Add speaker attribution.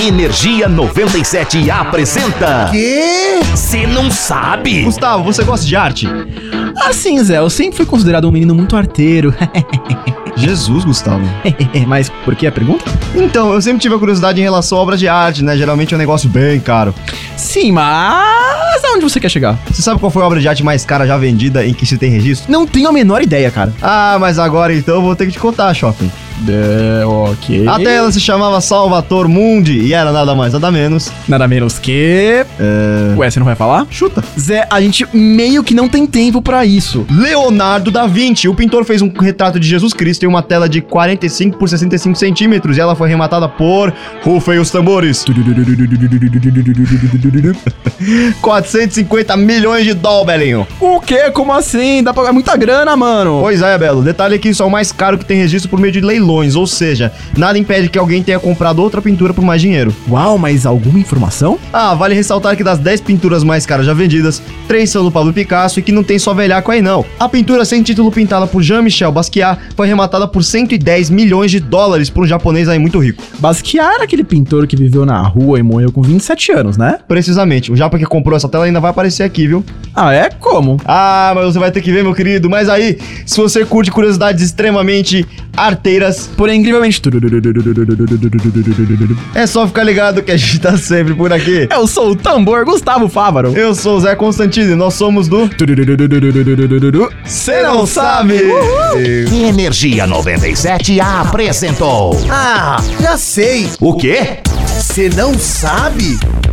Speaker 1: Energia 97 apresenta.
Speaker 2: Quê?
Speaker 1: Você não sabe?
Speaker 2: Gustavo, você gosta de arte?
Speaker 3: Assim, Zé, eu sempre fui considerado um menino muito arteiro. É,
Speaker 2: Jesus, Gustavo.
Speaker 3: Mas por que a pergunta?
Speaker 2: Então, eu sempre tive a curiosidade em relação a obras de arte, né? Geralmente é um negócio bem caro.
Speaker 3: Sim, mas aonde você quer chegar?
Speaker 2: Você sabe qual foi a obra de arte mais cara já vendida em que se tem registro?
Speaker 3: Não tenho a menor ideia, cara.
Speaker 2: Ah, mas agora então eu vou ter que te contar, Shopping.
Speaker 3: É, ok.
Speaker 2: Até ela se chamava Salvator Mundi e era nada mais, nada menos.
Speaker 3: Nada menos que. Ué, você não vai falar?
Speaker 2: Chuta.
Speaker 3: É. Zé, a gente meio que não tem tempo pra isso.
Speaker 2: Leonardo da Vinci. O pintor fez um retrato de Jesus Cristo em uma tela de 45 por 65 centímetros e ela foi arrematada por. Rufem os tambores. 450 milhões de dólar, Belinho.
Speaker 3: O quê? Como assim? Dá pra... É muita grana, mano.
Speaker 2: Pois é, Belo. Detalhe é que isso é o mais caro que tem registro por meio de leilões, ou seja, nada impede que alguém tenha comprado outra pintura por mais dinheiro.
Speaker 3: Uau, mas alguma informação?
Speaker 2: Ah, vale ressaltar que das 10 pinturas mais caras já vendidas, 3 são do Pablo Picasso e que não tem só velhaco aí não. A pintura sem título pintada por Jean-Michel Basquiat foi arrematada por 110 milhões de dólares por um japonês aí muito rico.
Speaker 3: Basquiat era aquele pintor que viveu na rua e morreu com 27 anos, né?
Speaker 2: Precisamente, o japa que comprou essa tela ainda vai aparecer aqui, viu?
Speaker 3: Ah, é? Como?
Speaker 2: Ah, mas você vai ter que ver, meu querido. Mas aí, se você curte curiosidades extremamente arteiras,
Speaker 3: Porém, incrivelmente.
Speaker 2: é só ficar ligado que a gente tá sempre por aqui.
Speaker 3: Eu sou o tambor Gustavo Fávaro.
Speaker 2: Eu sou o Zé Constantino e nós somos do... Você não sabe!
Speaker 1: Energia 97 apresentou.
Speaker 4: Ah, já sei.
Speaker 1: O quê?
Speaker 4: Você não sabe?